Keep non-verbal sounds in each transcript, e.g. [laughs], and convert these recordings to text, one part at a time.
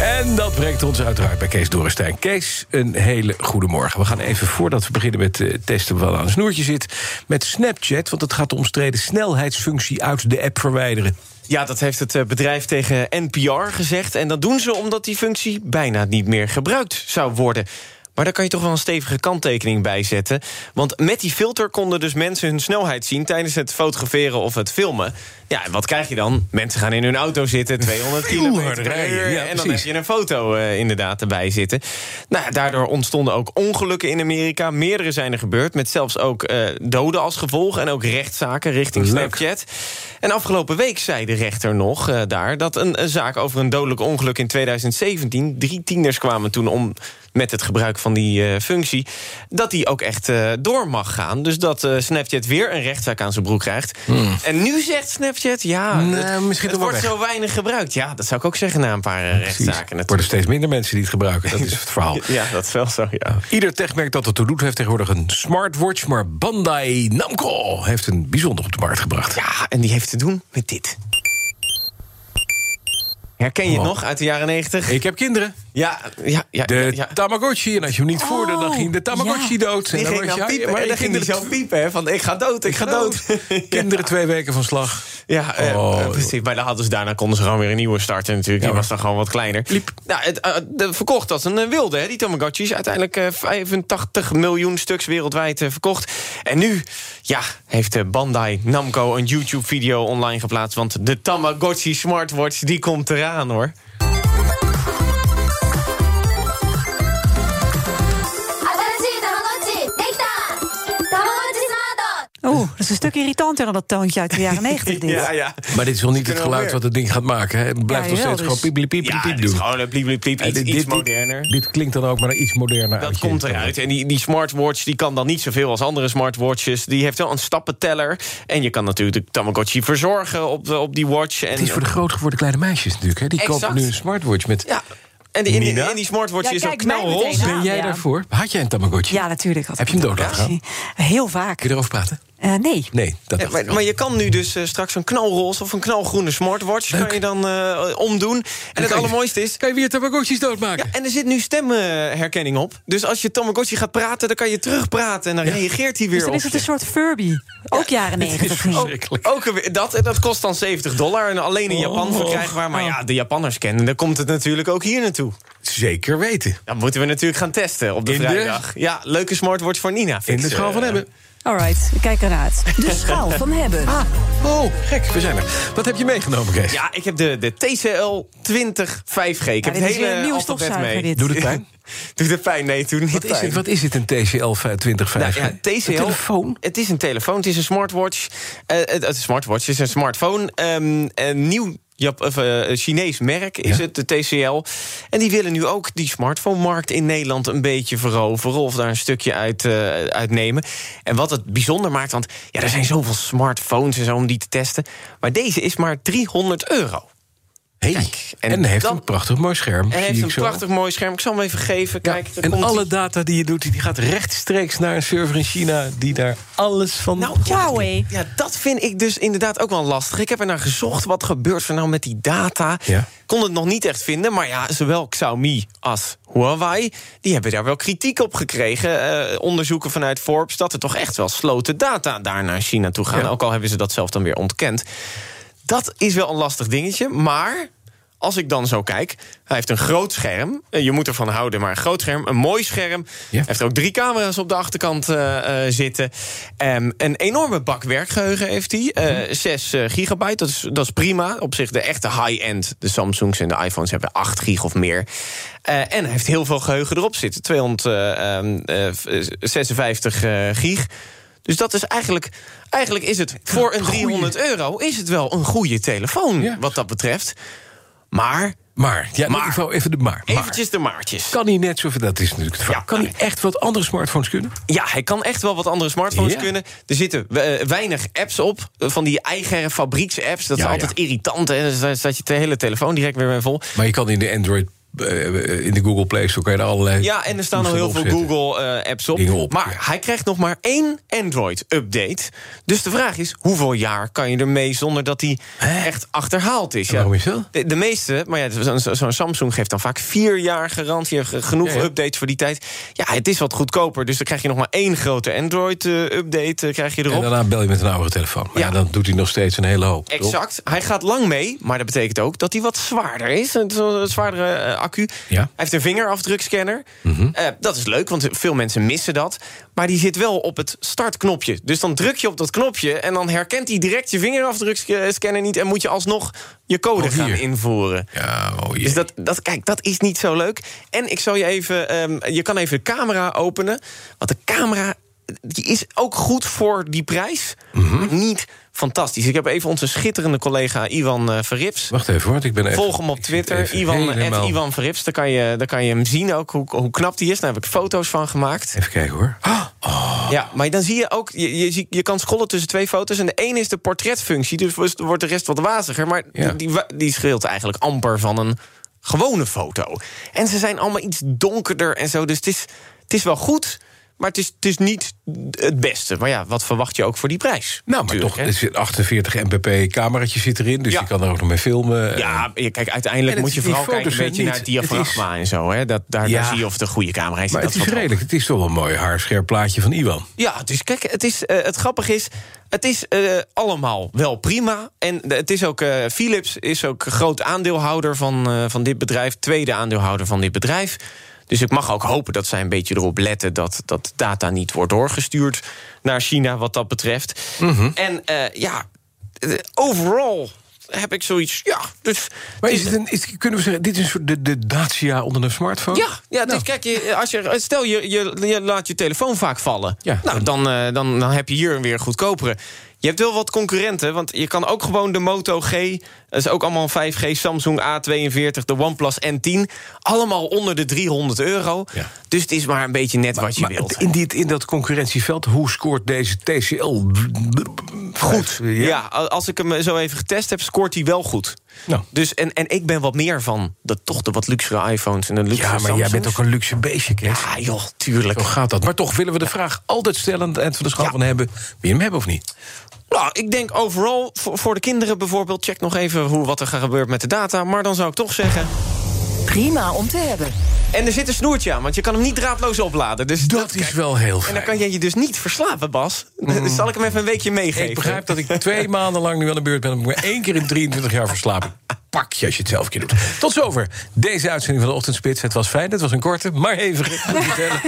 En dat brengt ons uiteraard bij Kees Dorrestein. Kees, een hele goede morgen. We gaan even, voordat we beginnen met eh, testen wat aan het snoertje zit... met Snapchat, want het gaat de omstreden snelheidsfunctie uit de app verwijderen. Ja, dat heeft het eh, bedrijf tegen NPR gezegd. En dat doen ze omdat die functie bijna niet meer gebruikt zou worden. Maar daar kan je toch wel een stevige kanttekening bij zetten. Want met die filter konden dus mensen hun snelheid zien tijdens het fotograferen of het filmen. Ja, en wat krijg je dan? Mensen gaan in hun auto [laughs] zitten, 200 Veel kilometer harder per rijden, uur. ja, en dan heb precies. je een foto eh, inderdaad erbij zitten. Nou, daardoor ontstonden ook ongelukken in Amerika. Meerdere zijn er gebeurd, met zelfs ook eh, doden als gevolg. En ook rechtszaken richting Leuk. Snapchat. Snapchat. En afgelopen week zei de rechter nog eh, daar dat een, een zaak over een dodelijk ongeluk in 2017. Drie tieners kwamen toen om met het gebruik van die eh, functie. Dat die ook echt eh, door mag gaan. Dus dat eh, Snapchat weer een rechtszaak aan zijn broek krijgt. En nu zegt Snapchat, ja, Hmm. Nee, het, misschien het toch wel wordt weg. zo weinig gebruikt. Ja, dat zou ik ook zeggen na een paar eh, rechtszaken. Er worden natuurlijk. steeds minder mensen die het gebruiken, dat [laughs] is het verhaal. Ja, dat is wel zo, ja. Ieder techmerk dat het toe doet heeft tegenwoordig een smartwatch... maar Bandai Namco heeft een bijzonder op de markt gebracht. Ja, en die heeft te doen met dit. Herken je het Oh. nog uit de jaren negentig? Ik heb kinderen. Ja, ja, ja. De ja, ja. Tamagotchi. En als je hem niet voerde, dan Oh, ging de Tamagotchi ja. dood. Die dan ging was dan je- nou, piepen. maar en dan ik ging hij vind zo het- piepen, hè, van ik ga dood, ik ga dood. [laughs] [laughs] Kinderen twee weken van slag. Ja, eh, Oh, eh, precies. Maar dan hadden ze, daarna konden ze gewoon weer een nieuwe starten natuurlijk. Die Ja, was dan gewoon wat kleiner. Liep. Nou, het, eh, de, verkocht als een eh, wilde, hè, die Tamagotchis. Uiteindelijk eh, 85 miljoen stuks wereldwijd eh, verkocht. En nu, ja, heeft eh, Bandai Namco een YouTube-video online geplaatst. Want de Tamagotchi Smartwatch, die komt eraan, hoor. Oeh, dat is een stuk irritanter dan dat toontje uit de [laughs] jaren 90. dit. Ja, ja. Maar dit is wel niet Ze het kunnen geluid wel wat het ding gaat maken. Hè? Het blijft Ja, nog jawel, steeds gewoon piep, piep, dus- piep, Ja, piep dit is doen. gewoon een bliep, bliep, bliep, En iets, dit- iets dit- moderner. Dit, klinkt dan ook maar iets moderner Dat uit, komt ja. eruit. En die, die smartwatch die kan dan niet zoveel als andere smartwatches. Die heeft wel een stappenteller. En je kan natuurlijk de Tamagotchi verzorgen op, de- op die watch. En, Het is voor de groot geworden kleine meisjes natuurlijk. Hè? Die Exact. kopen nu een smartwatch met... Ja. En die, en die, Nina? en die smartwatch Ja, is ook kijk mij knalroze. meteen aan. Ben jij ja. daarvoor? Had jij een Tamagotchi? Ja, natuurlijk. had Heb ik je hem dat dood laten ook. Heel vaak. Kun je erover praten? Eh, nee. Nee, dat Ja, dacht ik maar, al. maar je kan nu dus eh, straks een knalroze of een knalgroene smartwatch... Leuk. kan je dan eh, omdoen. En het kan je- allermooiste is... Kan je weer Tamagotchis Ja, doodmaken? [laughs] en er zit nu stemherkenning op. Dus als je Tamagotchi gaat praten, dan kan je terugpraten... en dan reageert hij weer Dus dan op is het je. een soort Furby. Ook [laughs] jaren is 90. verschrikkelijk. Ook weer- dat, en dat kost dan 70 dollar. En alleen in Japan Oh. verkrijgbaar. Maar ja, de Japanners kennen. Dan komt het natuurlijk ook hier naartoe. Zeker weten. Dat moeten we natuurlijk gaan testen op de In de- vrijdag. Ja, leuke smartwatch voor Nina. In de schaal van hebben. Alright, ik kijk ernaar uit. De schaal van hebben. Ah, oh, gek, we zijn er. Wat heb je meegenomen, Kees? Ja, ik heb de, de TCL 20 5G. Ik heb dit het is weer hele een nieuwe alfabet stofzuiger, mee. dit. Doet het pijn? [laughs] Doet het pijn? Nee, toen niet Wat is, pijn. het, wat is het, een TCL 2050? Nou, ja, TCL. Een telefoon? Het is een telefoon, het is een smartwatch. Eh, het, het is een smartwatch, het is een smartphone. Ehm, een nieuw Jap of, eh, Chinees merk is Ja. het, de TCL. En die willen nu ook die smartphone-markt in Nederland een beetje veroveren. Of daar een stukje uit, eh, uitnemen. En wat het bijzonder maakt, want ja, er zijn zoveel smartphones en zo om die te testen. Maar deze is maar 300 euro. Hey. Kijk, en, en heeft dan- een prachtig mooi scherm. En zie heeft ik een zo. prachtig mooi scherm. Ik zal hem even geven. Ja, Kijk, daar en komt alle data die je doet, die gaat rechtstreeks naar een server in China... die daar alles van... Nou, ja, Huawei. Ja, dat vind ik dus inderdaad ook wel lastig. Ik heb er naar gezocht. Wat gebeurt er nou met die data? Ja. Kon het nog niet echt vinden. Maar ja, zowel Xiaomi als Huawei... die hebben daar wel kritiek op gekregen. Eh, onderzoeken vanuit Forbes dat er toch echt wel sloten data... daar naar China toe gaan. Ja. Ook al hebben ze dat zelf dan weer ontkend. Dat is wel een lastig dingetje, maar... Als ik dan zo kijk, hij heeft een groot scherm. Eh, Je moet ervan houden, maar een groot scherm, een mooi scherm. Hij heeft er ook drie camera's op de achterkant eh, eh, zitten. Ehm, een enorme bak werkgeheugen heeft hij. eh, 6 eh, gigabyte, dat is, dat is prima. Op zich de echte high-end. De Samsungs en de iPhones hebben 8 gig of meer. Eh, en hij heeft heel veel geheugen erop zitten. eh, ehm, 256 eh, gig. Dus dat is eigenlijk, eigenlijk is het voor een 300 euro is het wel een goede telefoon Ja. wat dat betreft. Maar Maar, ja, Maar. maar. even de maar. maar. Eventjes de maartjes. Kan hij net zo... Dat is natuurlijk het verhaal. Ja, kan hij nee. echt wat andere smartphones kunnen? Ja, hij kan echt wel wat andere smartphones Ja. kunnen. Er zitten eh, weinig apps op. eh, Van die eigen fabrieks-apps. Dat Ja, is ja. altijd irritant. Hè? Dus daar staat je hele telefoon direct weer mee vol. Maar je kan in de Android, eh, in de Google Play Store, kan je er allerlei. Ja, en er staan al toestanden heel veel opzetten. Google-apps op. Dingen op, Maar ja. hij krijgt nog maar één Android-update. Dus de vraag is, hoeveel jaar kan je ermee zonder dat die echt achterhaald is? waarom is dat? De, de meeste, maar ja, zo'n zo'n Samsung geeft dan vaak vier jaar garantie. eh, ge- Genoeg Ja, ja. updates voor die tijd. Ja, het is wat goedkoper. Dus dan krijg je nog maar één grote Android-update eh, krijg je En erop. daarna bel je met een oude telefoon. Maar ja. Ja. dan doet hij nog steeds een hele hoop. toch? Exact. Hij gaat lang mee, maar dat betekent ook dat hij wat zwaarder is. Een zo- een zwaardere eh, accu. Ja. Mhm. Hij heeft een vingerafdrukscanner. Eh, dat is leuk, want veel mensen missen dat. Maar die zit wel op het startknopje. Dus dan druk je op dat knopje en dan herkent hij direct je vingerafdrukscanner niet... en moet je alsnog je code Oh, hier. gaan invoeren. Ja, oh jee. Dus dat, dat, kijk, dat is niet zo leuk. En ik zal je even, ehm, je kan even de camera openen. Want de camera die is ook goed voor die prijs, Mhm. maar niet fantastisch. Ik heb even onze schitterende collega Ivan eh, Verrips. Wacht even hoor, want ik ben even... Volg hem op ik zit Twitter, even Ivan, helemaal- at Ivan Verrips. Daar kan, je, daar kan je hem zien ook, hoe, hoe knap die is. Daar heb ik foto's van gemaakt. Even kijken hoor. Ah, Ja, maar dan zie je ook, je, je, zie- je kan scrollen tussen twee foto's. En de ene is de portretfunctie, dus wo- wordt de rest wat waziger. Maar Ja. die, die, wa- die scheelt eigenlijk amper van een gewone foto. En ze zijn allemaal iets donkerder en zo. Dus het is, het is wel goed, maar het is, het is niet het beste. Maar ja, wat verwacht je ook voor die prijs? Nou, maar Natuurlijk, toch, hè? er zit 48 mpp cameraatje zit erin, dus Ja. je kan er ook nog mee filmen. Ja, je- kijk, eh, En uiteindelijk het- moet je die vooral kijken foto's een zijn beetje naar het niet- het diafragma en zo. Hè? Dat, daar, Ja. daar zie je of het een goede camera is. maar dat het is soort redelijk, het is toch wel een mooi haarscherp plaatje van Iwan. Ja, dus kijk, het, is, eh, het grappige is, het is eh, allemaal wel prima. En de- het is ook, eh, Philips is ook groot aandeelhouder van, eh, van dit bedrijf. Tweede aandeelhouder van dit bedrijf. Dus ik mag ook hopen dat zij een beetje erop letten... dat, dat data niet wordt doorgestuurd naar China wat dat betreft. En eh, ja, eh, overal heb ik zoiets... Ja, dus... Maar is het een, is, kunnen we zeggen, dit is een soort de, de Dacia onder een smartphone? Ja, ja dus Nou. kijk, je, als je, stel je, je, je laat je telefoon vaak vallen. Ja. nou, dan, eh, dan, dan heb je hier een weer goedkopere. Je hebt wel wat concurrenten, want je kan ook gewoon de Moto G... dat is ook allemaal een 5G, Samsung A42, de OnePlus N10... allemaal onder de 300 euro. Ja. Dus het is maar een beetje net wat je Maar wilt. het- in, dit, in dat concurrentieveld, hoe scoort deze TCL goed? Ja. a- als ik hem zo even getest heb, scoort hij wel goed. Nou. Dus, en, en ik ben wat meer van de, toch de wat luxere iPhones en de luxere Ja, maar jij bent Samsungs. ook een luxe beestje, Kees. Ah joh, tuurlijk. Zo gaat dat. Maar toch willen we de vraag altijd stellen aan het eind van de schaal Ja. van hebben. Wil je hem hebben of niet? Nou, ik denk overal, voor, voor de kinderen bijvoorbeeld... check nog even hoe, wat er gaat gebeuren met de data. Maar dan zou ik toch zeggen... Prima om te hebben. En er zit een snoertje aan, want je kan hem niet draadloos opladen. Dus Dat, is wel heel En fijn. Mm-hmm. dan kan je je dus niet verslapen, Bas. Dus zal ik hem even een weekje meegeven? Ik begrijp dat ik twee maanden lang nu aan de beurt ben... om maar één keer in 23 jaar verslapen. Pak je als je het zelf een keer doet. Tot zover deze uitzending van de Ochtendspits. Het was fijn, het was een korte, maar hevige. [laughs] moet ik vertellen.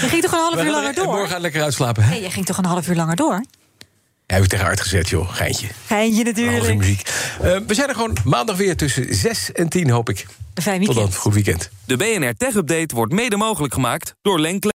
Je ging toch een half We uur gaan langer er- en door? Morgen gaat lekker uitslapen. hè? Nee, je ging toch een half uur langer door? Heb ik tegen Art gezet, joh. Geintje. Geintje Een half uur natuurlijk. muziek. Eh, we zijn er gewoon maandag weer tussen 6 en 10, hoop ik. Een fijn Tot weekend. dan, goed weekend. De BNR Tech Update wordt mede mogelijk gemaakt door Lenklen.